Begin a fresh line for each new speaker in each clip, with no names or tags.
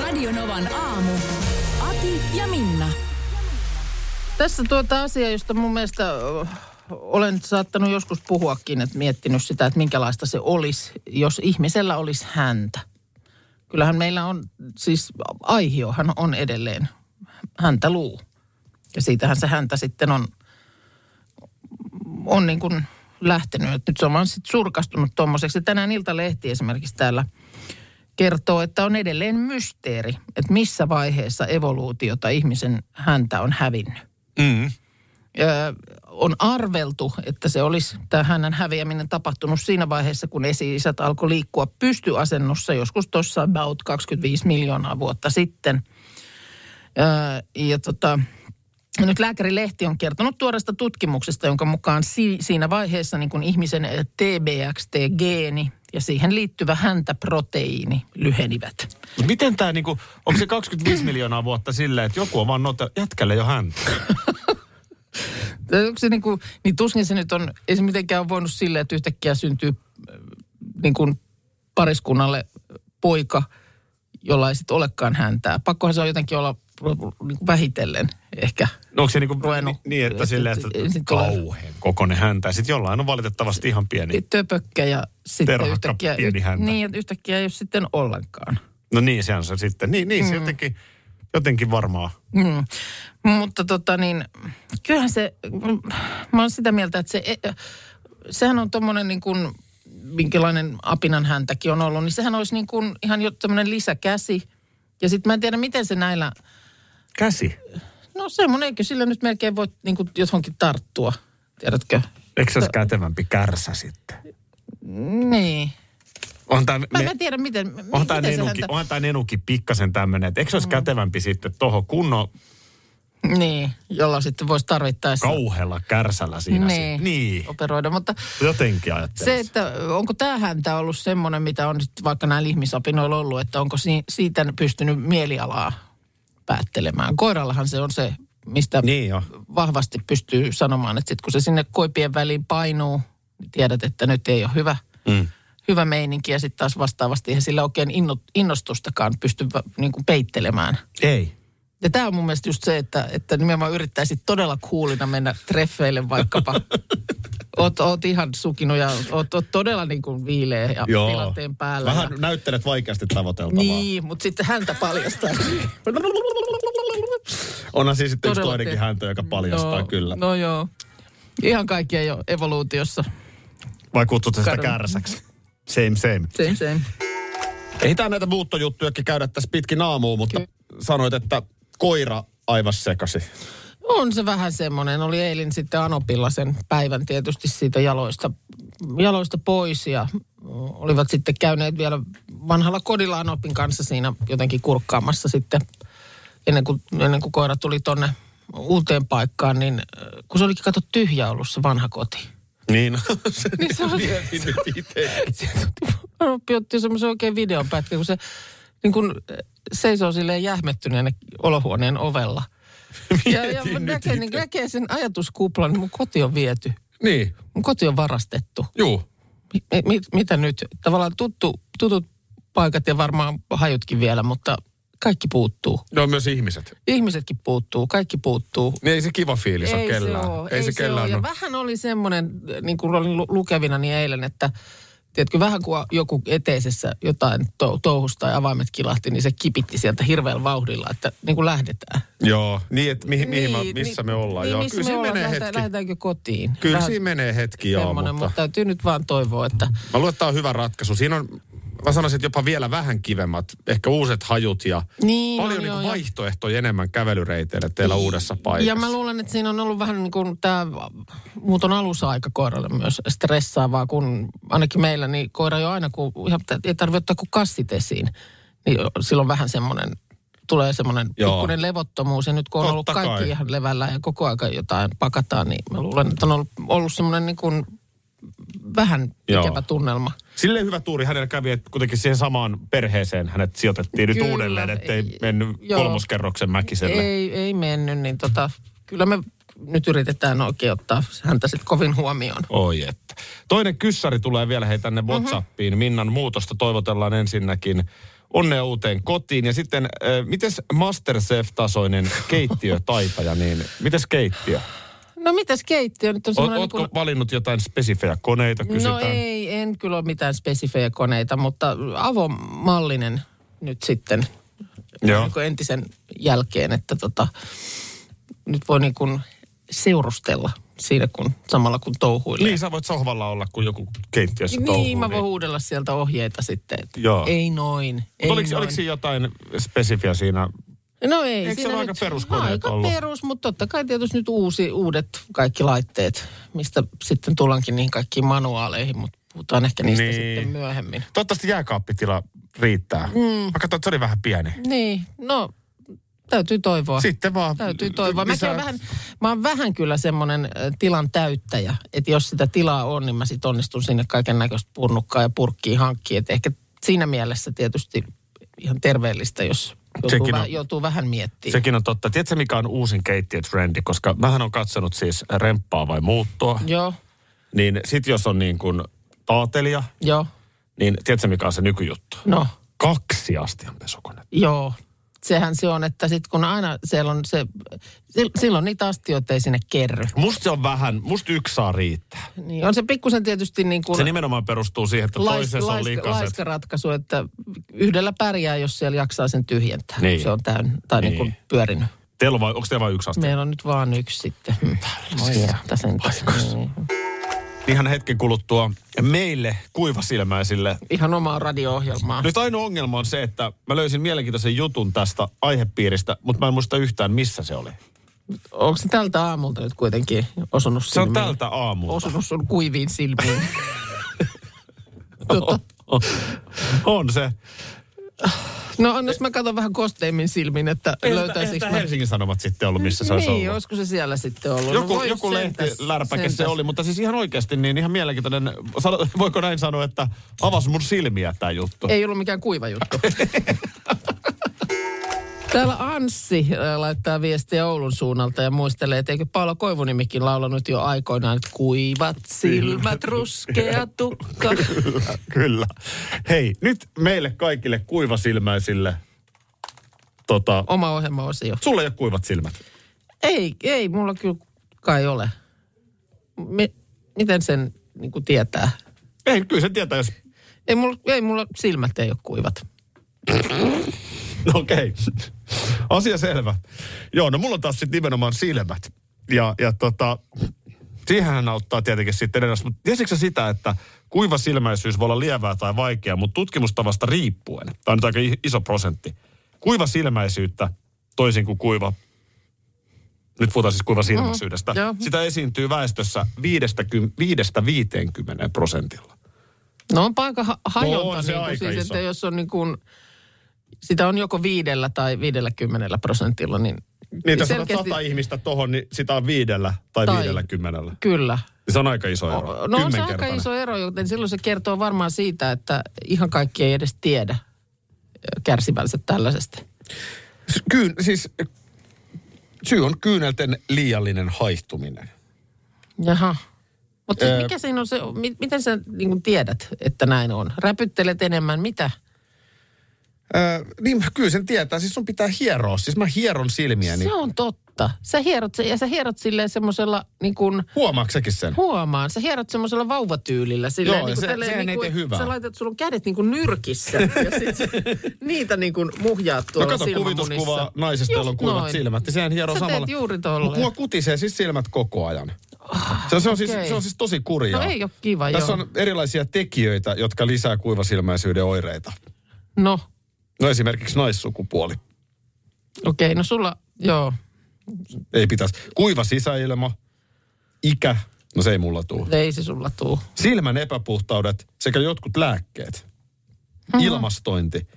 Radionovan aamu. Ati ja Minna.
Tässä tuota asia, josta mun mielestä ö, olen saattanut joskus puhuakin, että miettinyt sitä, että minkälaista se olisi, jos ihmisellä olisi häntä. Kyllähän meillä on, siis aihiohan on edelleen häntä luu. Ja siitähän se häntä sitten on, on niin kuin lähtenyt. Et nyt se on vaan sitten surkastunut tuommoiseksi. Tänään Iltalehti esimerkiksi täällä kertoo, että on edelleen mysteeri, että missä vaiheessa evoluutiota ihmisen häntä on hävinnyt
Mm.
ö, on arveltu, että se olisi tämä hänen häviäminen tapahtunut siinä vaiheessa, kun esi-isät alkoi liikkua pystyasennossa joskus tuossa about 25 miljoonaa vuotta sitten. Ö, ja tota, nyt lääkärilehti on kertonut tuoresta tutkimuksesta, jonka mukaan si- siinä vaiheessa niin kun ihmisen ö, TBXT-geeni ja siihen liittyvä häntäproteiini lyhenivät.
Mut Miten tämä niinku, onko se 25 miljoonaa vuotta silleen, että joku on vaan noita, jätkälle jo häntä.
Tai Onko se niin, kuin, niin tuskin se nyt on, ei se mitenkään ole voinut silleen, että yhtäkkiä syntyy äh, niin kuin pariskunnalle poika, jolla ei sitten olekaan häntää. Pakkohan se on jotenkin olla niin kuin vähitellen ehkä.
No onko se niinku
Ruvennut.
ni- niin, että silleen, että
Ei sit ole.
kauhean kokoinen häntä. Ja sitten jollain on valitettavasti ihan pieni.
Töpökkä ja sitten
Terhakka
yhtäkkiä,
pieni häntä.
Niin, että yhtäkkiä ei ole sitten ollenkaan.
No niin, sehän se sitten. Niin, niin se jotenkin, jotenkin varmaa.
Mm. Mutta tota niin, kyllähän se, mä oon sitä mieltä, että se, e- sehän on tommonen niin kuin, minkälainen apinan häntäkin on ollut, niin sehän olisi niin kuin ihan jo tämmöinen lisäkäsi. Ja sitten mä en tiedä, miten se näillä,
Käsi.
no semmoinen, eikö sillä nyt melkein voi niin kuin johonkin tarttua, tiedätkö?
Eikö se olisi kätevämpi kärsä sitten?
Niin.
On tämä
Mä, Me... mä en tiedä, miten, m-
onhan tämä
miten se
nenuki,
häntä... Mm.
onhan tää nenuki pikkasen tämmöinen, että eikö se olisi kätevämpi sitten tuohon kunnon
Niin, jolla sitten voisi tarvittaessa
kauhealla kärsällä siinä.
niin,
sit- niin.
operoida, mutta...
Jotenkin ajattelisin.
Se, että onko tämä häntä ollut semmoinen, mitä on nyt vaikka näillä ihmisapinoilla ollut, että onko si- siitä pystynyt mielialaa päättelemään. Koirallahan se on se, mistä niin.
Niin jo.
vahvasti pystyy sanomaan, että sit kun se sinne koipien väliin painuu, niin tiedät, että nyt ei ole hyvä, mm. hyvä meininki. Ja sitten taas vastaavasti eihän sillä oikein inno, innostustakaan pysty va- niin kuin peittelemään.
Ei.
Ja tämä on mun mielestä just se, että, että nimenomaan yrittäisit todella kuulina mennä treffeille vaikkapa. oot, oot ihan sukinut ja oot, oot todella niin kuin viileä ja Joo. tilanteen päällä.
Vähän
ja,
näyttelet vaikeasti tavoiteltavaa.
niin, mutta sitten häntä paljastaa.
Onhan siis sitten yksi
Todella
toinenkin
te-
häntä, joka paljastaa
no,
kyllä.
No joo. Ihan kaikki ei ole evoluutiossa.
Vai kutsut sitä
Kadon-
kärsäksi? Same, same.
Same, same.
Ei tää näitä muuttojuttujakin käydä tässä pitkin aamua, mutta sanoit, että koira aivas sekasi.
On se vähän semmoinen. Oli eilen sitten Anopilla sen päivän tietysti siitä jaloista, jaloista pois ja olivat sitten käyneet vielä vanhalla kodilla Anopin kanssa siinä jotenkin kurkkaamassa sitten ennen kuin, ennen kuin koira tuli tonne uuteen paikkaan, niin äh, kun se olikin kato tyhjä ollut se vanha koti.
Niin, se
Niin se oli,
mietin nyt itse.
Anoppi otti semmoisen oikein videon pätkä, kun se niin kun äh, seisoo silleen jähmettyneenä olohuoneen ovella. Ja, ja
Mietin nyt
näkee, niin
itse.
näkee sen ajatuskuplan, että mun koti on viety.
Niin,
Mun koti on varastettu.
juu.
Mi- mi- mitä nyt? Tavallaan tuttu, tutut paikat ja varmaan hajutkin vielä, mutta kaikki puuttuu.
Ne on myös ihmiset.
Ihmisetkin puuttuu, kaikki puuttuu.
Niin ei se kiva fiilis ole kellään.
oo,
ei se no. kellään
oo. Ja
ole.
vähän oli semmoinen, niin kuin olin lu- lukevina niin eilen, että tiedätkö, vähän kun joku eteisessä jotain tou- touhusta ja avaimet kilahti, niin se kipitti sieltä hirveällä vauhdilla, että niin kuin lähdetään.
Joo, niin että mihin, mihin mä,
Niin,
missä
niin-
me ollaan.
Niin,
Joo,
missä
kyllä
me
siinä
ollaan.
menee
Lähdetään-
hetki.
Lähdetäänkö kotiin?
Kyllä
Vähän
siinä menee hetki, joo,
semmoinen,
mutta...
mutta täytyy nyt vaan toivoa, että
Mä luulen, että tämä on hyvä ratkaisu. Siinä on, mä sanoisin, että jopa vielä vähän kivemmat, ehkä uuset hajut ja
Niin,
paljon
on,
niin
joo,
kuin
joo.
vaihtoehtoja enemmän kävelyreiteille teillä uudessa paikassa.
Ja mä luulen, että siinä on ollut vähän niin kuin tämä muuton alusaika koiralle myös stressaavaa, kun ainakin meillä, niin koira jo aina, kun ihan, ei tarvitse ottaa kuin kassit esiin. Niin silloin vähän semmoinen, tulee semmoinen
Joo.
pikkuinen levottomuus. Ja nyt kun on
Totta
ollut kaikki
kai.
ihan levällä ja koko aika jotain pakataan, niin mä luulen, että on ollut, ollut semmoinen niin kuin vähän
Joo.
ikävä tunnelma.
Silleen hyvä tuuri hänellä kävi, että kuitenkin siihen samaan perheeseen hänet sijoitettiin nyt
Kyllä,
uudelleen, ettei
ei-
mennyt
joo.
kolmoskerroksen mäkiselle.
Ei, ei mennyt, niin tota, kyllä me nyt yritetään oikein ottaa häntä sitten kovin huomioon.
Oi että. Toinen kyssari tulee vielä hei
Mhm.
tänne Whatsappiin. Minnan muutosta toivotellaan ensinnäkin onnea uuteen kotiin. Ja sitten, äh, mites Masterchef-tasoinen keittiötaitaja, niin mites keittiö?
No mitäs keittiö nyt on
O-
semmoinen...
Ootko
niin kuin-
valinnut jotain spesifejä koneita, kysytään?
No ei, en kyllä ole mitään spesifejä koneita, mutta avomallinen nyt sitten
Joo.
niin kuin entisen jälkeen, että tota, nyt voi niin kuin seurustella siinä kun, samalla kun touhuilee.
Niin, sä voit sohvalla olla, kun joku keittiössä touhuu.
niin mä voin huudella sieltä ohjeita sitten, että
Joo.
ei noin, ei
Mutta oliko,
noin.
oliko siinä jotain spesifiä siinä?
No ei.
Eikö se
siinä
ole aika
nyt-
peruskoneet
Aika
ollut?
perus, mutta totta kai tietysti nyt uusi, uudet kaikki laitteet, mistä sitten tullaankin niihin kaikkiin manuaaleihin, mutta puhutaan ehkä niistä
Niin.
niin. sitten myöhemmin.
Toivottavasti jääkaappitila riittää. Mm. Mä katsoin, että se oli vähän pieni.
Niin, no täytyy toivoa.
Sitten vaan
Täytyy toivoa. Mäkin
lisää-
on vähän, mä oon vähän kyllä semmoinen äh, tilan täyttäjä, että jos sitä tilaa on, niin mä sit onnistun sinne kaiken näköistä purnukkaa ja purkkiin hankkiin. Et ehkä siinä mielessä tietysti ihan terveellistä, jos joutuu,
Sekin
vä-
on-
joutuu vähän miettimään.
Sekin on totta. Tiedätkö mikä on uusin keittiötrendi? Koska mähän on katsonut siis remppaa vai muuttoa.
Joo,
Niin sit jos on niin kuin taatelija,
joo,
niin tiedätkö mikä on se nykyjuttu?
no.
Kaksi astianpesukonetta.
Joo, sehän se on, että sitten kun aina siellä on se, sil- silloin niitä astioita ei sinne kerry.
Musta se on vähän, musta yksi saa riittää.
Niin on se pikkusen tietysti niin kuin
Se nimenomaan perustuu siihen, että
lais-
toisessa on
laiska,
likaset.
laiska ratkaisu, että yhdellä pärjää, jos siellä jaksaa sen tyhjentää.
Niin.
Se on täynnä, tai niin. kuin
Niin.
pyörinyt.
Teillä on vai, onko teillä vain yksi astia?
Meillä on nyt vaan yksi sitten. Hmm. Voi että sen niin.
Ihan hetken kuluttua meille kuivasilmäisille
Ihan omaa radio-ohjelmaa.
Nyt ainoa ongelma on se, että mä löysin mielenkiintoisen jutun tästä aihepiiristä, mutta mä en muista yhtään, missä se oli.
Onko se tältä aamulta nyt kuitenkin osunut
Se on
silmiin?
tältä aamulta.
Osunut sun kuiviin silmiin. tota,
On se.
No annas mä katson vähän kosteimmin silmin, että löytäisikö
Eihän
mä...
tää siis Helsingin Sanomat sitten ollut, missä se olisi
Niin,
ollut.
olisiko se siellä sitten ollut?
Joku,
no, voi
joku lehti
sentäs,
lärpäke se
sentäs.
oli, mutta siis ihan oikeasti niin ihan mielenkiintoinen, sano, voiko näin sanoa, että avasi mun silmiä tämä juttu.
Ei ollut mikään kuiva juttu. Täällä Anssi äh, laittaa viestiä Oulun suunnalta ja muistelee, että eikö Paula Koivunimikin laulanut jo aikoinaan, että kuivat silmät, ruskea tukka.
Kyllä. Hei, nyt meille kaikille kuivasilmäisille, tota,
Oma ohjelmaosio.
sulle ei ole kuivat silmät.
Ei, ei, mulla kyllä kai ole. Me, miten sen niin kuin tietää?
Ei, kyllä se tietää, jos
Ei mulla, ei mulla silmät ei ole kuivat.
No Okei. Asia selvä. Joo, no mulla on taas sitten nimenomaan silmät. Ja, ja tota, siihenhän auttaa tietenkin sitten edes. Mutta tiesitkö sä sitä, että kuiva silmäisyys voi olla lievää tai vaikeaa, mutta tutkimustavasta riippuen, tämä on nyt aika i- iso prosentti, kuiva silmäisyyttä toisin kuin kuiva, nyt puhutaan siis kuiva silmäisyydestä,
joo.
sitä esiintyy väestössä 5-50 prosentilla.
No onpa aika ha- hajota.
No on se
niin kuin
aika
siis,
iso.
että jos on niin kuin, sitä on joko viidellä tai viidellä kymmenellä prosentilla, niin,
Niin, jos otat 100 ihmistä tohon, niin sitä on viidellä tai, tai
Tai-
viidellä kymmenellä.
Kyllä.
Se on aika iso ero.
O- No on se aika
Kymmenkertainen.
iso ero, joten silloin se kertoo varmaan siitä, että ihan kaikki ei edes tiedä ö, kärsivänsä tällaisesta.
S- Kyyn, siis eh, syy on kyynelten liiallinen haihtuminen.
Jaha. Mutta
Ö-
siis mikä siinä on se, mi- miten sä niin kuin tiedät, että näin on? Räpyttelet enemmän, mitä?
Öö, niin kyllä sen tietää. Siis sun pitää hieroa. Siis mä hieron silmiäni.
Se on totta. Sä hierot, se- ja sä hierot silleen semmoisella niin kuin,
Huomaaksekin sen?
Huomaan, sä hierot semmoisella vauvatyylillä. niin Sillä
Joo, se- sehän ei niinku- tee hyvää.
Sä laitat, sulla on kädet niin kuin nyrkissä ja sit sä niitä niin kuin muhjaat
No
tuolla
kato
silmämunissa.
kuvituskuvaa naisesta, jolla on
Just
kuivat
noin.
silmät. Niin sehän hieroo
Sä teet
samalla.
juuri tolleen.
Mua kutisee siis silmät koko ajan. Se on, se on, siis,
okei.
se on siis tosi kurjaa.
No ei ole kiva,
Tässä
joo.
on erilaisia tekijöitä, jotka lisää kuivasilmäisyyden oireita.
No,
No esimerkiksi naissukupuoli.
okei, okay, no sulla, joo,
Ei pitäisi. Kuiva sisäilma, ikä. No se ei mulla tuu.
ei se sulla tuu. Mhm.
silmän epäpuhtaudet sekä jotkut lääkkeet, ilmastointi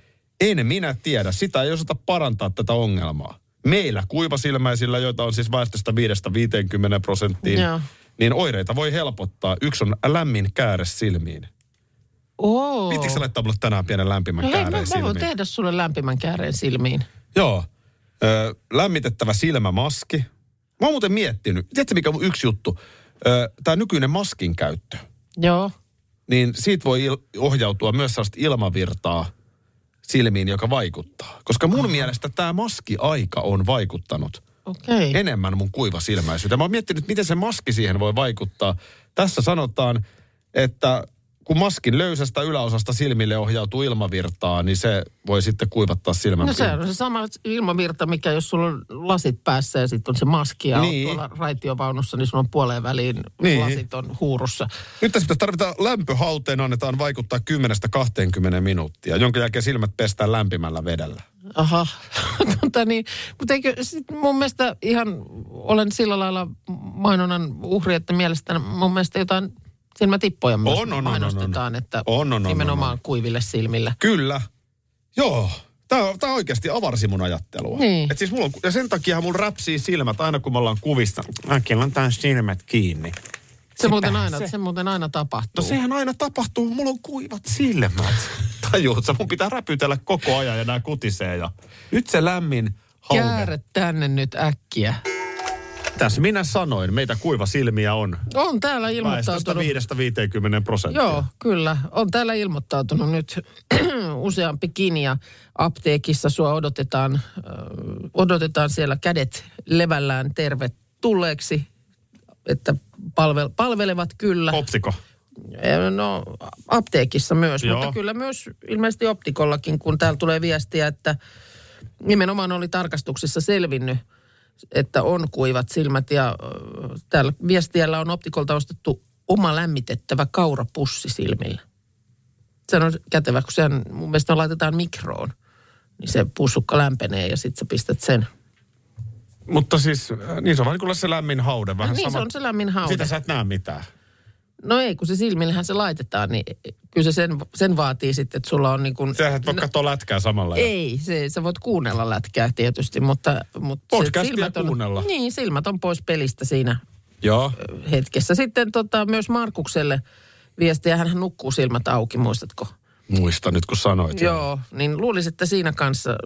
En minä tiedä. Sitä ei osata parantaa tätä ongelmaa. Meillä kuivasilmäisillä, joita on siis väestöstä 5-50 prosenttiin,
Joo.
niin oireita voi helpottaa. Yksi on lämmin kääre silmiin.
Oo.
Pitikö sä laittaa mulle tänään pienen lämpimän
No hei, mä,
kääreen
mä voin
silmiin?
tehdä sulle lämpimän kääreen silmiin.
Joo. Ö, lämmitettävä silmämaski. Mä oon muuten miettinyt. Tiedätkö mikä on mun yksi juttu? Ö, Tämä nykyinen maskin käyttö.
Joo.
Niin siitä voi il- ohjautua myös sellaista ilmavirtaa silmiin, joka vaikuttaa. Koska mun mielestä tämä maskiaika on vaikuttanut
Okei. Okay.
enemmän mun kuivasilmäisyyteen. Mä oon miettinyt, miten se maski siihen voi vaikuttaa. Tässä sanotaan, että kun maskin löysästä yläosasta silmille ohjautuu ilmavirtaa, niin se voi sitten kuivattaa silmän
No se
pintaa.
on se sama ilmavirta, mikä jos sulla on lasit päässä ja sitten on se maski ja
Niin.
niin. tuolla raitiovaunussa, niin sulla on puoleen väliin
Niin.
niin. lasit on huurussa.
Nyt tässä pitäisi tarvita lämpöhauteen, annetaan vaikuttaa 10-20 minuuttia, jonka jälkeen silmät pestään lämpimällä vedellä.
Aha. tota niin, mutta eikö sit mun mielestä ihan, olen sillä lailla mainonnan uhri, että mielestäni mun mielestä jotain silmätippoja myös
On, on, on,
mainostetaan,
on, on.
että
On, on, on,
nimenomaan
on, on.
kuiville silmillä.
Kyllä. Joo. Tämä, tämä oikeasti avarsi mun ajattelua.
Niin.
Et siis mulla on, ja sen takia mun räpsii silmät aina kun me ollaan kuvista. Mäkin on silmät kiinni.
Se muuten aina, se. muuten aina tapahtuu.
No sehän aina tapahtuu, mulla on kuivat silmät. Tajuut sä, mun pitää räpytellä koko ajan ja nää kutisee ja... Nyt se lämmin halve.
Kääre tänne nyt äkkiä.
Tässä minä sanoin, meitä kuiva silmiä on.
On täällä
Väestöstä
ilmoittautunut.
5-50 prosenttia.
Joo, kyllä. On täällä ilmoittautunut nyt useampikin ja apteekissa sua odotetaan, ö, odotetaan siellä kädet levällään tervetulleeksi, että palvel, palvelevat kyllä.
Optiko.
Ö, No apteekissa myös, Joo.
Joo.
mutta kyllä myös ilmeisesti optikollakin, kun täällä tulee viestiä, että nimenomaan oli tarkastuksissa selvinnyt, että on kuivat silmät ja ö, täällä viestiällä on optikolta ostettu oma lämmitettävä kaurapussi silmillä. Se on kätevä, kun sehän mun mielestä laitetaan mikroon, niin se pussukka lämpenee ja sitten sä pistät sen.
Mutta siis, äh, niin se on vähän kuin se lämmin haude. Vähän
niin
sama.
se on se lämmin haude.
Sitä sä et näe mitään.
No ei, kun se silmillähän se laitetaan, niin kyllä se sen, sen vaatii sitten, että sulla on niin kuin...
Sä et voi no. katsoa lätkää samalla. ja-
Ei, se, sä voit kuunnella lätkää tietysti, mutta, mutta
Podcastia
on,
kuunnella.
Niin, silmät on pois pelistä siinä
Joo.
hetkessä. Sitten tota, myös Markukselle viestiä, hän nukkuu silmät auki, muistatko?
Muista nyt kun sanoit.
Joo, niin luulisin, että siinä kanssa,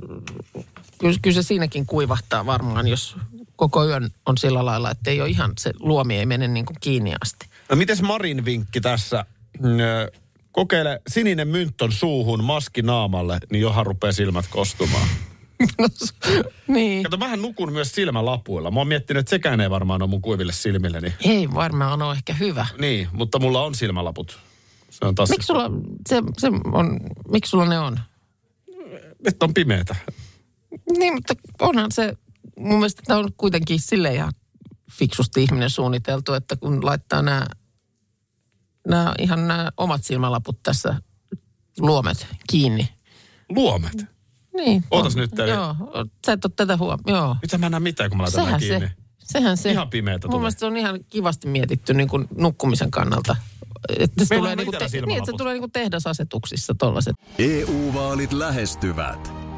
kyllä, kyllä se siinäkin kuivahtaa varmaan, jos koko yön on sillä lailla, että ei ole ihan, se luomi ei mene niin kuin kiinni asti.
No mites Marin vinkki tässä? Mm, ö, Kokeile sininen mynttön suuhun, maski naamalle, niin johan rupeaa silmät kostumaan.
No, s- niin.
Kato, mähän nukun myös silmälapuilla. Mä oon miettinyt, että sekään ei varmaan ole mun kuiville silmilleni.
Ei varmaan ole ehkä hyvä.
Niin, mutta mulla on silmälaput. Se on taas...
Miksi sulla, se, se on, miksi sulla ne on?
Nyt on pimeetä.
Niin, mutta onhan se, mun mielestä tämä on kuitenkin sille ihan fiksusti ihminen suunniteltu, että kun laittaa nämä, nämä ihan nämä omat silmälaput tässä luomet kiinni.
Luomet.
Niin.
Ootas
on-
nyt, eli-
Joo, o- sä et ole tätä huomioon. Joo.
Mitä mä en näe mitään, kun mä laitan
Sehän
nää kiinni.
se, sehän se.
Ihan pimeätä
Mun
tulee.
mielestä se on ihan kivasti mietitty niin kuin nukkumisen kannalta. Että se
Meillä
tulee,
on
niin kuin
itsellä
te, niin, että se
silmälaput.
tulee niin kuin tehdasasetuksissa tollaset.
EU-vaalit E lähestyvät.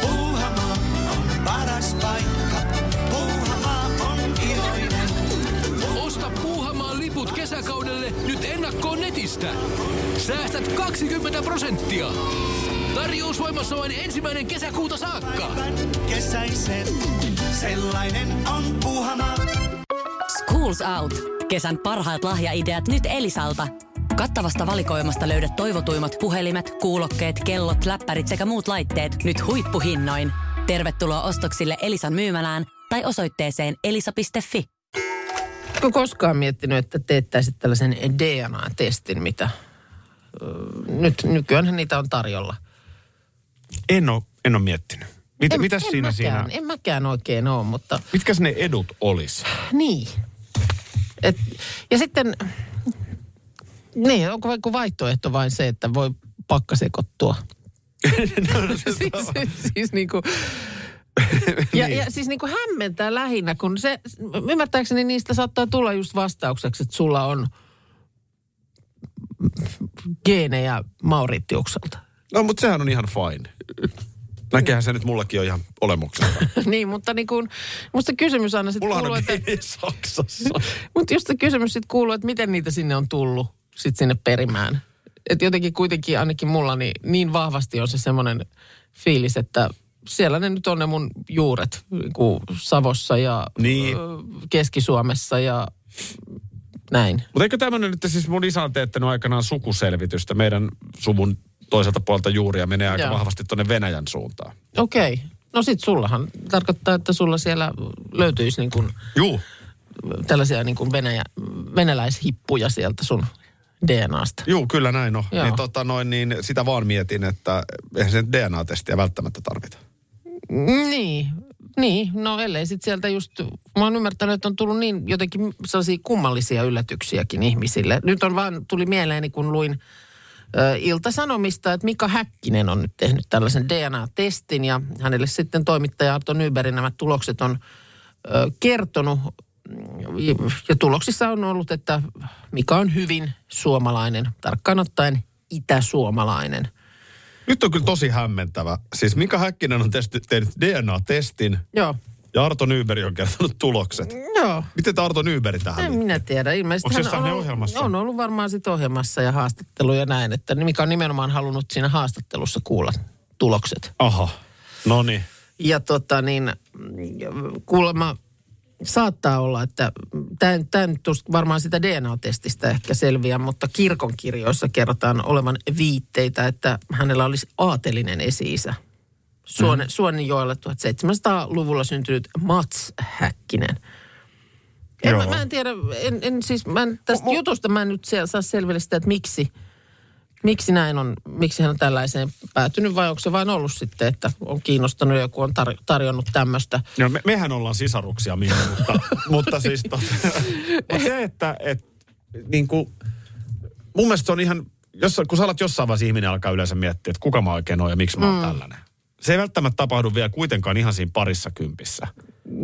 Puuhamaa on paras paikka. Puuhamaa on iloinen.
Osta Puuhamaan liput kesäkaudelle nyt ennakkoon netistä. Säästät 20 prosenttia. Tarjous voimassa vain ensimmäinen kesäkuuta saakka.
Kesäisen. Sellainen on Puuhamaa.
Schools Out. Kesän parhaat lahjaideat nyt Elisalta. Kattavasta valikoimasta löydät toivotuimmat puhelimet, kuulokkeet, kellot, läppärit sekä muut laitteet nyt huippuhinnoin. Tervetuloa ostoksille Elisan myymälään tai osoitteeseen elisa.fi.
Oletko koskaan miettinyt, että teettäisit tällaisen DNA-testin, mitä ö, nyt, nykyään niitä on tarjolla?
En oo, en oo miettinyt. Mit,
en,
mitäs
en
siinä
mäkään,
siinä?
En mäkään oikein ole, mutta
Mitkäs ne edut olisi?
niin. Et, ja sitten, niin, onko vaikka vaihtoehto vain se, että voi pakkasekottua? siis, siis niin kuin, ja, ja siis niin kuin hämmentää lähinnä, kun se, ymmärtääkseni niistä saattaa tulla just vastaukseksi, että sulla on geenejä Mauritiukselta.
No, mutta sehän on ihan fine. Näkehän se nyt mullakin on ihan olemuksella.
niin, mutta niin kuin, musta kysymys aina sitten
Mullahan
kuuluu,
on
että...
pieni Saksassa.
Mutta just se kysymys sitten kuuluu, että miten niitä sinne on tullut sit sinne perimään. Et jotenkin kuitenkin ainakin mulla niin, niin vahvasti on se semmoinen fiilis, että siellä ne nyt on ne mun juuret niinku Savossa ja
Niin.
ö, Keski-Suomessa ja näin.
Mutta eikö tämmöinen nyt, siis mun isä on teettänyt aikanaan sukuselvitystä. Meidän suvun toiselta puolelta juuria menee aika
Joo.
vahvasti tuonne Venäjän suuntaan.
Okei. Okay. No sit sullahan tarkoittaa, että sulla siellä löytyisi niin kuin
Juu.
tällaisia niin kuin venäjä, venäläishippuja sieltä sun DNAsta.
Juu, kyllä näin on.
Joo.
Niin, tota, noin, niin sitä vaan mietin, että eihän sen DNA-testiä välttämättä tarvita.
Niin, niin. no ellei sitten sieltä just, mä oon ymmärtänyt, että on tullut niin jotenkin sellaisia kummallisia yllätyksiäkin ihmisille. Nyt on vaan, tuli mieleeni kun luin ö, Ilta-Sanomista, että Mika Häkkinen on nyt tehnyt tällaisen DNA-testin ja hänelle sitten toimittaja Arto Nyberg nämä tulokset on ö, kertonut. Ja tuloksissa on ollut, että Mika on hyvin suomalainen, tarkkaan ottaen itäsuomalainen.
Nyt on kyllä tosi hämmentävä. Siis Mika Häkkinen on testi, tehnyt DNA-testin
Joo,
ja Arto Nyberg on kertonut tulokset.
joo.
Miten tämä Arto Nyberg tähän
En
liittyy?
minä tiedä. Ilmeisesti
Onko se
hän
jossain
ollut-
ohjelmassa?
On ollut varmaan sit ohjelmassa ja haastatteluja näin, että mikä on nimenomaan halunnut siinä haastattelussa kuulla tulokset.
Aha, no niin.
Ja tota niin, kuulemma saattaa olla, että tämä nyt tus- varmaan sitä DNA-testistä ehkä selviää, mutta kirkon kirjoissa kerrotaan olevan viitteitä, että hänellä olisi aatelinen esi-isä. Suon, mm. Suonenjoella 1700-luvulla syntynyt Mats Häkkinen. En, mä,
Joo.
mä en tiedä, en, en siis, mä en, tästä jutusta mä en nyt se- saa selville sitä, että miksi, miksi näin on, miksi hän on tällaiseen päätynyt vai onko se vain ollut sitten, että on kiinnostanut ja joku on tar- tarjonnut tämmöistä.
No me, mehän ollaan sisaruksia, Minna, mutta, mutta siis tot, mutta se, että et, niin kuin, mun mielestä se on ihan, jos, kun sä alat jossain vaiheessa ihminen alkaa yleensä miettiä, että kuka mä oikein oon ja miksi mä oon mm. tällainen. Se ei välttämättä tapahdu vielä kuitenkaan ihan siinä parissa kympissä.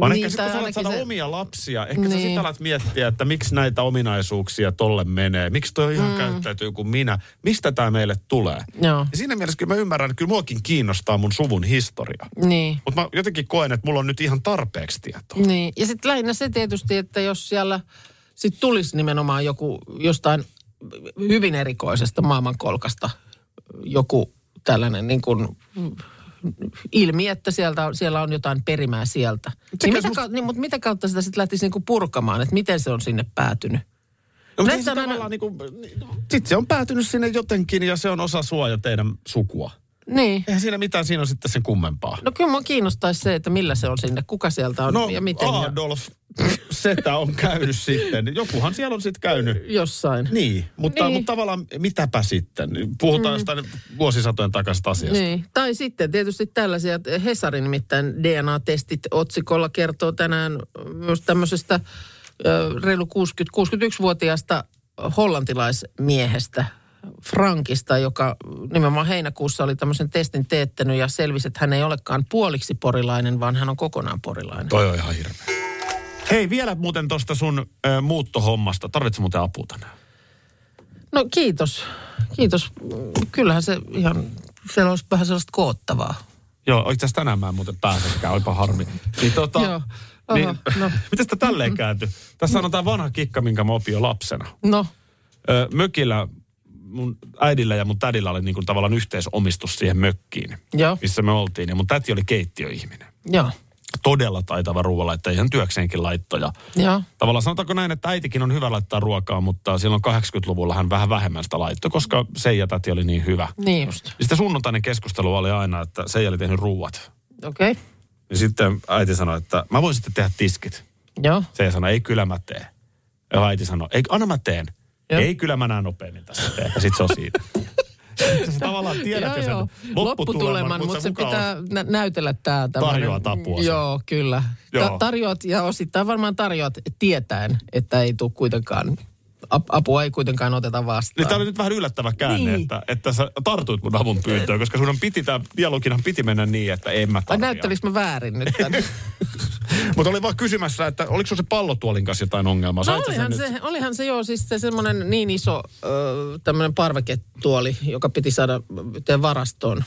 Vaan
Niin,
niin, ehkä
tai
sitten kun sä alat
ainakin
saada
se-
omia lapsia, ehkä sä
Niin.
sitten alat miettiä, että miksi näitä ominaisuuksia tolle menee, miksi toi ihan mm. käyttäytyy kuin minä, mistä tämä meille tulee.
Joo.
Ja siinä mielessä kyllä mä ymmärrän, että kyllä muakin kiinnostaa mun suvun historia.
Niin.
Mutta mä jotenkin koen, että mulla on nyt ihan tarpeeksi tietoa.
niin. Ja sitten lähinnä se tietysti, että jos siellä sitten tulisi nimenomaan joku jostain hyvin erikoisesta maailmankolkasta joku tällainen niin kuin ilmi, että sieltä, on- siellä on jotain perimää sieltä. Niin mitä,
musta-
kautta, niin, mutta mitä kautta sitä sitten lähtisi niinku purkamaan, että miten se on sinne päätynyt?
No, mutta
Näissä
ei se
on aina-
tavallaan niinku, sit se on päätynyt sinne jotenkin ja se on osa sua ja teidän sukua.
Niin.
Eihän siinä mitään, siinä on sitten sen kummempaa. No,
No kyllä mua kiinnostaisi se, että millä se on sinne, kuka sieltä on ja miten. ja-
Adolf, setä on käynyt sitten. Jokuhan siellä on sitten käynyt.
Jossain.
Niin, mutta, niin.
Niin.
mutta tavallaan mitäpä sitten? Puhutaan mm. jostain vuosisatojen takaisesta asiasta.
Niin. Tai sitten tietysti tällaisia, että Hesari nimittäin DNA-testit otsikolla kertoo tänään myös tämmöisestä ö, reilu 60, 61-vuotiaasta hollantilaismiehestä, Frankista, joka nimenomaan heinäkuussa oli tämmöisen testin teettänyt ja selvisi, että hän ei olekaan puoliksi porilainen, vaan hän on kokonaan porilainen.
Toi on ihan hirveä. Hei, vielä muuten tuosta sun ö, muuttohommasta. Tarvitsetko muuten apua tänään?
No kiitos, kiitos. Kyllähän se ihan, siellä olisi vähän sellaista koottavaa.
Joo, itse asiassa tänään mä en muuten pääsekään, olipa harmi. Niin tota,
Joo, aha,
niin, no.
no.
miten sitä tälleen kääntyi? Tässä on tämä vanha kikka, minkä mä opin jo lapsena.
No,
Ö, mökillä mun äidillä ja mun tädillä oli niinku tavallaan yhteisomistus siihen mökkiin,
Joo.
missä me oltiin. Ja mun täti oli keittiöihminen.
joo,
Todella taitava ruoanlaittaja, ihan työkseenkin laittoja.
joo.
Tavallaan sanotaanko näin, että äitikin on hyvä laittaa ruokaa, mutta silloin 80-luvulla hän vähän vähemmän sitä laittoi, koska Seija täti oli niin hyvä.
Niin just,
Sitten sunnuntainen keskustelu oli aina, että Seija oli tehnyt ruuat.
okei. Okay.
Niin sitten äiti sanoi, että mä voin sitten tehdä tiskit.
Joo.
Se sanoi, ei kyllä mä teen. Ja äiti sanoi, ei, anna mä teen.
Joo.
Ei kyllä mä näen nopeammin tässä teen. Ja sit se on siinä. Sä tavallaan tiedät jo sen
lopputuleman, mutta
sä
se
mukaan
pitää
oot-
nä- näytellä tämä.
Tarjoat apua sen.
Joo, kyllä.
Joo.
Joo. Tarjoat ja osittain varmaan tarjoat tietäen, että ei tule kuitenkaan, ap- apua ei kuitenkaan oteta vastaan.
Niin tämä oli nyt vähän yllättävä käänne,
Niin.
että, että sä tartuit mun avun pyyntöön, koska sunhan piti, tämä dialoginhan piti mennä niin, että en mä
Vai
tarvitse.
näyttelis mä väärin nyt tämän?
Mutta oli vaan kysymässä, että oliko sun se pallotuolin kanssa jotain ongelmaa?
No
Sait sä sen
olihan
nyt?
se, olihan se joo, siis se semmoinen niin iso ö, tämmöinen parveketuoli, joka piti saada yhteen varastoon,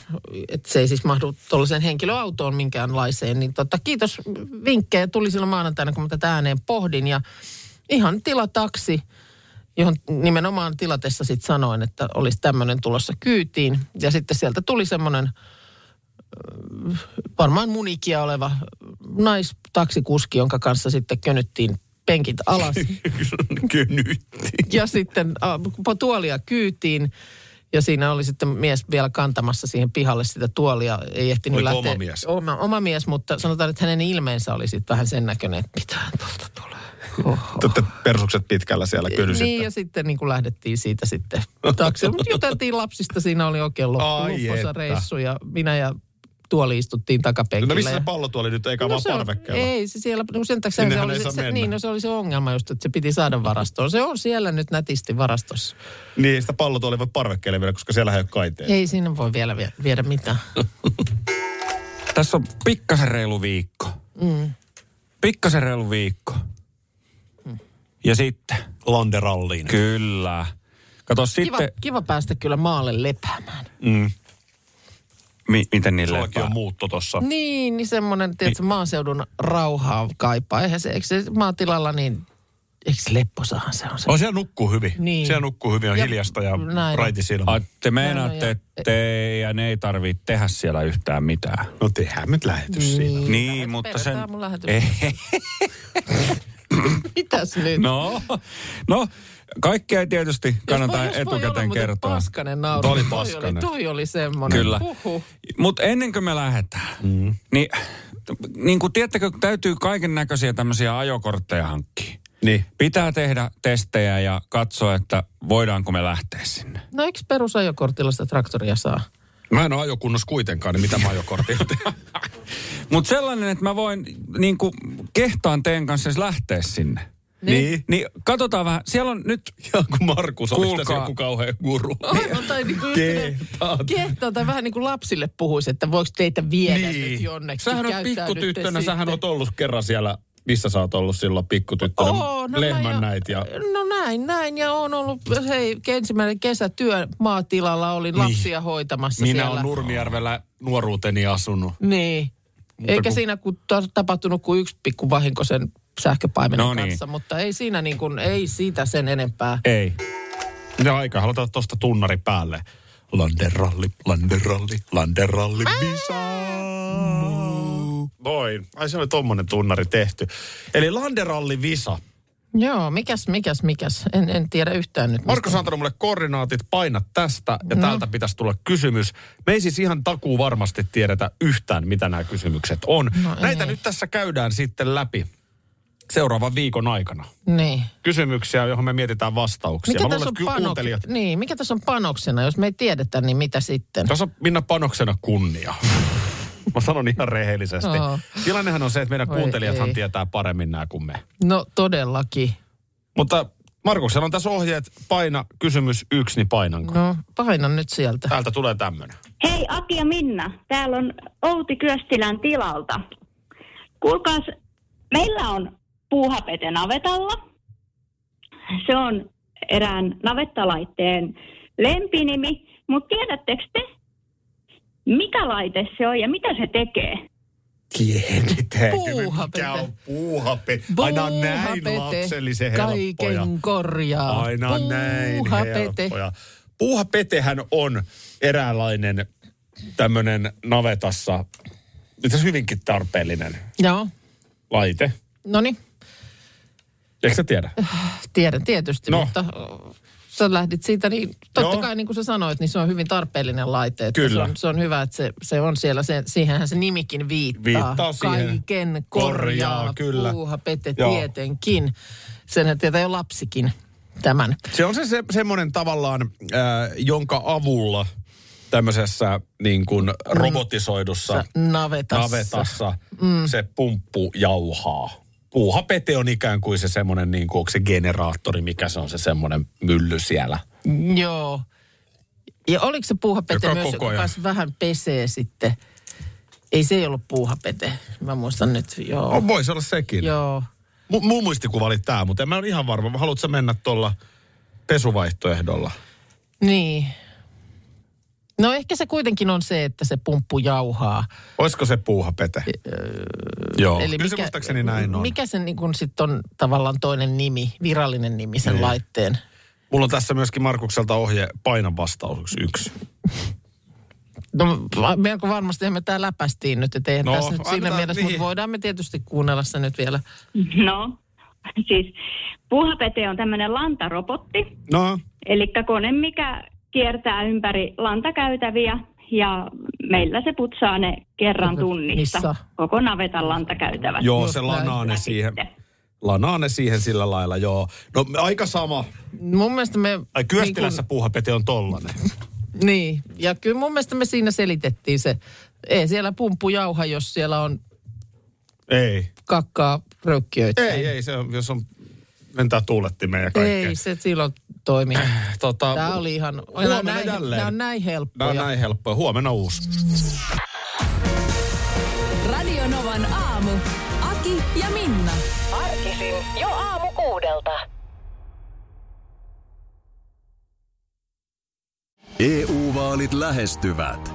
että se ei siis mahdu tuollaiseen henkilöautoon minkäänlaiseen. Niin tota, kiitos vinkkejä, tuli silloin maanantaina, kun mä tätä ääneen pohdin ja ihan tilataksi, johon nimenomaan tilatessa sitten sanoin, että olisi tämmöinen tulossa kyytiin. Ja sitten sieltä tuli semmoinen varmaan munikia oleva naistaksikuski, jonka kanssa sitten könyttiin penkit alas
Kynytti.
ja sitten äh, tuolia kyytiin. Ja siinä oli sitten mies vielä kantamassa siihen pihalle sitä tuolia. Ei ehtinyt
Oliko
lähteä.
oma mies?
Oma, oma mies, mutta sanotaan, että hänen ilmeensä oli sitten vähän sen näköinen, että pitää tuolta tulee. Oho.
Tätä persukset pitkällä siellä kynysitte.
Niin ja sitten niin kuin lähdettiin siitä sitten taksilla. Mutta juteltiin lapsista, siinä oli oikein loppu,
Ai
loppuosa
että.
reissu ja minä ja tuoli istuttiin takapenkillä.
No missä se
ja-
pallotuoli nyt, eikä vaan
se on-
parvekkeella?
Ei, se siellä, no sen takia se
Sinnehän
oli
ei
se,
saa
se,
mennä.
niin, no se oli se ongelma just, että se piti saada varastoon. Se on siellä nyt nätisti varastossa.
Niin, ei sitä pallotuoli voi parvekkeelle vielä, koska siellä ei ole kaiteita.
Ei sinne voi vielä vie- viedä mitään.
Tässä on pikkasen reilu viikko. Mm. Pikkasen reilu viikko. Ja sitten,
Landeralliin.
kyllä. Kato
Kiva,
sitten,
kiva päästä kyllä maalle lepäämään.
mi, miten niille
Sullakin on muutto tossa.
Niin, niin semmoinen, tiedätkö, maaseudun rauhaa kaipaa. Eihän se, eikö se maatilalla niin, eikö se lepposahan se on se?
On siellä nukkuu hyvin.
Niin.
Siellä nukkuu hyvin, on
Ja-
hiljasta ja
näin.
raitisilmä.
Ai, te
No,
meinaatte,
no,
että teidän ei tarvitse tehdä siellä yhtään mitään.
No tehdään nyt lähetys niin. siinä.
Niin, mutta sen...
Mun lähetys.
Ei,
Mitäs nyt?
no, no, kaikkea ei tietysti
Jos voi-
kannata
jos voi olla
etukäteen
muuten
kertoa.
Paskanen nauru.
Toi oli
Toi
paskanen.
Toi oli semmoinen.
Kyllä.
Huhhuh.
Mutta ennen kuin me lähdetään, mm. niin, niin kuin tiedättekö, kun täytyy kaiken näköisiä tämmöisiä ajokortteja hankkia.
Niin.
Pitää tehdä testejä ja katsoa, että voidaanko me lähteä sinne.
No eikö perusajokortilla sitä traktoria saa?
Mä en ole ajokunnossa kuitenkaan, niin mitä mä ajokortilla teen?
Mutta sellainen, että mä voin niin kuin kehtaan teidän kanssa edes lähteä sinne.
niin.
Niin katsotaan vähän. Siellä on nyt
Ja kun Markus oli
Kuulkaa.
tässä joku kauhean guru.
Aivan, tai niinku just
Kehtaat.
kehtaa, tai vähän niin kuin lapsille puhuisi, että voiko teitä viedä nyt jonnekin.
Niin. Sähän on
käyttäydytte
pikkutyttönä,
sitten.
sähän oot ollut kerran siellä, missä sä oot ollut silloin pikkutyttönä.
Oo, no
Lehmän
näin on.
näit ja...
No näin, näin. Ja on ollut, hei, ensimmäinen kesätyö maatilalla, olin lapsia hoitamassa
Niin. Minä
siellä.
olen Nurmijärvellä nuoruuteni asunut.
Niin. Eikä
kun-
siinä kun ta- tapahtunut kuin yksi pikku vahinko sen sähköpaimenen
No niin.
kanssa, mutta ei siinä niin kuin, ei siitä sen enempää.
ei.
Ja aika, halutaan tosta tunnari päälle. Landeralli, landeralli, landeralli, visa. Noin. Ai se oli tommonen tunnari tehty. Eli landeralli visa.
Joo, mikäs, mikäs, mikäs. En, en tiedä yhtään nyt.
Marko on antanut mulle koordinaatit, paina tästä ja no. täältä pitäisi tulla kysymys. Me ei siis ihan takuu varmasti tiedetä yhtään, mitä nämä kysymykset on. No,
ei.
Näitä nyt tässä käydään sitten läpi seuraavan viikon aikana.
Niin.
Kysymyksiä, johon me mietitään vastauksia.
Mikä
Mä
tässä,
luulen,
on
että kyllä kuuntelijat-
panok- niin, mikä tässä on panoksena? Jos me ei tiedetä, niin mitä sitten?
Tässä on Minna panoksena kunnia. Mä sanon ihan rehellisesti.
Joo.
Tilannehan on se, että meidän
Voi
kuuntelijathan
ei.
tietää paremmin nämä kuin me.
No todellakin.
Mutta Markuksella on tässä ohjeet, paina kysymys yksi, niin painanko?
No paina nyt sieltä.
Täältä tulee tämmönen.
Hei Aki ja Minna, täällä on Outi Kyöstilän tilalta. Kuulkaas, meillä on puuhapete navetalla. Se on erään navettalaitteen lempinimi, mutta tiedättekö te, mikä laite se on ja mitä se tekee?
Puuhapete.
Mikä on puuhape? Aina on näin
Puuhapete.
lapsellisen helppoja.
Kaiken korjaa.
Aina on näin
Puuhapete.
helppoja. Puuhapetehän on eräänlainen tämmönen navetassa, itse asiassa hyvinkin tarpeellinen
Joo,
laite.
no niin.
Eikö sä tiedä?
Tiedän tietysti,
No.
no. mutta ö, sä lähdit siitä, niin totta
Joo.
kai niin kuin sä sanoit, niin se on hyvin tarpeellinen laite. Että
Kyllä.
Se on, se on hyvä, että se, se on siellä, se, siihenhän se nimikin viittaa.
Viittaa siihen.
Kaiken
Korjaa,
korjaa,
kyllä.
puuhapete
Joo.
tietenkin. Sen tietää jo lapsikin tämän.
Se on se, se semmoinen tavallaan, äh, jonka avulla tämmöisessä niin
Mm.
kuin robotisoidussa
Navetassa.
navetassa mm. se pumppu jauhaa. Puuhapete on ikään kuin se semmoinen, niin kuin, onko se generaattori, mikä se on se semmoinen mylly siellä.
Joo. Ja oliko se puuhapete
Joka
myös,
koko
joka
ajan.
kanssa vähän pesee sitten? Ei se ei ollut puuhapete. Mä muistan nyt, joo.
Oh, voisi olla sekin.
Joo.
Mu- mun muistikuva oli tämä, mutta en mä ole ihan varma. Haluatko sä mennä tuolla pesuvaihtoehdolla?
Niin. No ehkä se kuitenkin on se, että se pumppu jauhaa.
Olisiko se puuhapete? Joo. Eli Kyllä se muistaakseni näin on.
Mikä se niin sitten on tavallaan toinen nimi, virallinen nimi sen
Niin.
niin. laitteen?
Mulla on tässä myöskin Markukselta ohje paina vastaus yksi.
No va- melko varmasti me tää läpästiin nyt, että eihän
No,
no, tässä nyt siinä
annetaan,
mielessä,
niin.
mutta voidaan me tietysti kuunnella se nyt vielä.
No, siis puuhapete on tämmöinen lantarobotti,
No,
eli kone, mikä kiertää ympäri lantakäytäviä ja meillä se putsaa ne kerran tunnissa.
Missä?
Koko navetan lantakäytävät.
joo,
Just
se
näin.
lanaa ne siihen.
Sitten.
Lanaa ne siihen sillä lailla, joo. No aika sama.
Mun mielestä me...
Ai Kyöstilässä niin puuhapete on tollanen.
Niin, niin, ja kyllä mun mielestä me siinä selitettiin se. Ei siellä pumppu jauha, jos siellä on
Ei.
kakkaa röykkiöitä.
Ei, ei, se on, jos on lentää tuulettimeen ja kaikkea.
ei, se silloin toimii.
Tota,
Tämä oli ihan... Nämä
Huomenna
on näin,
jälleen.
nämä on näin helppoja.
Nää on näin helppoa. Huomenna uusi.
Radio Novan aamu. Aki ja Minna.
Arkisin jo aamu kuudelta.
EU-vaalit E lähestyvät.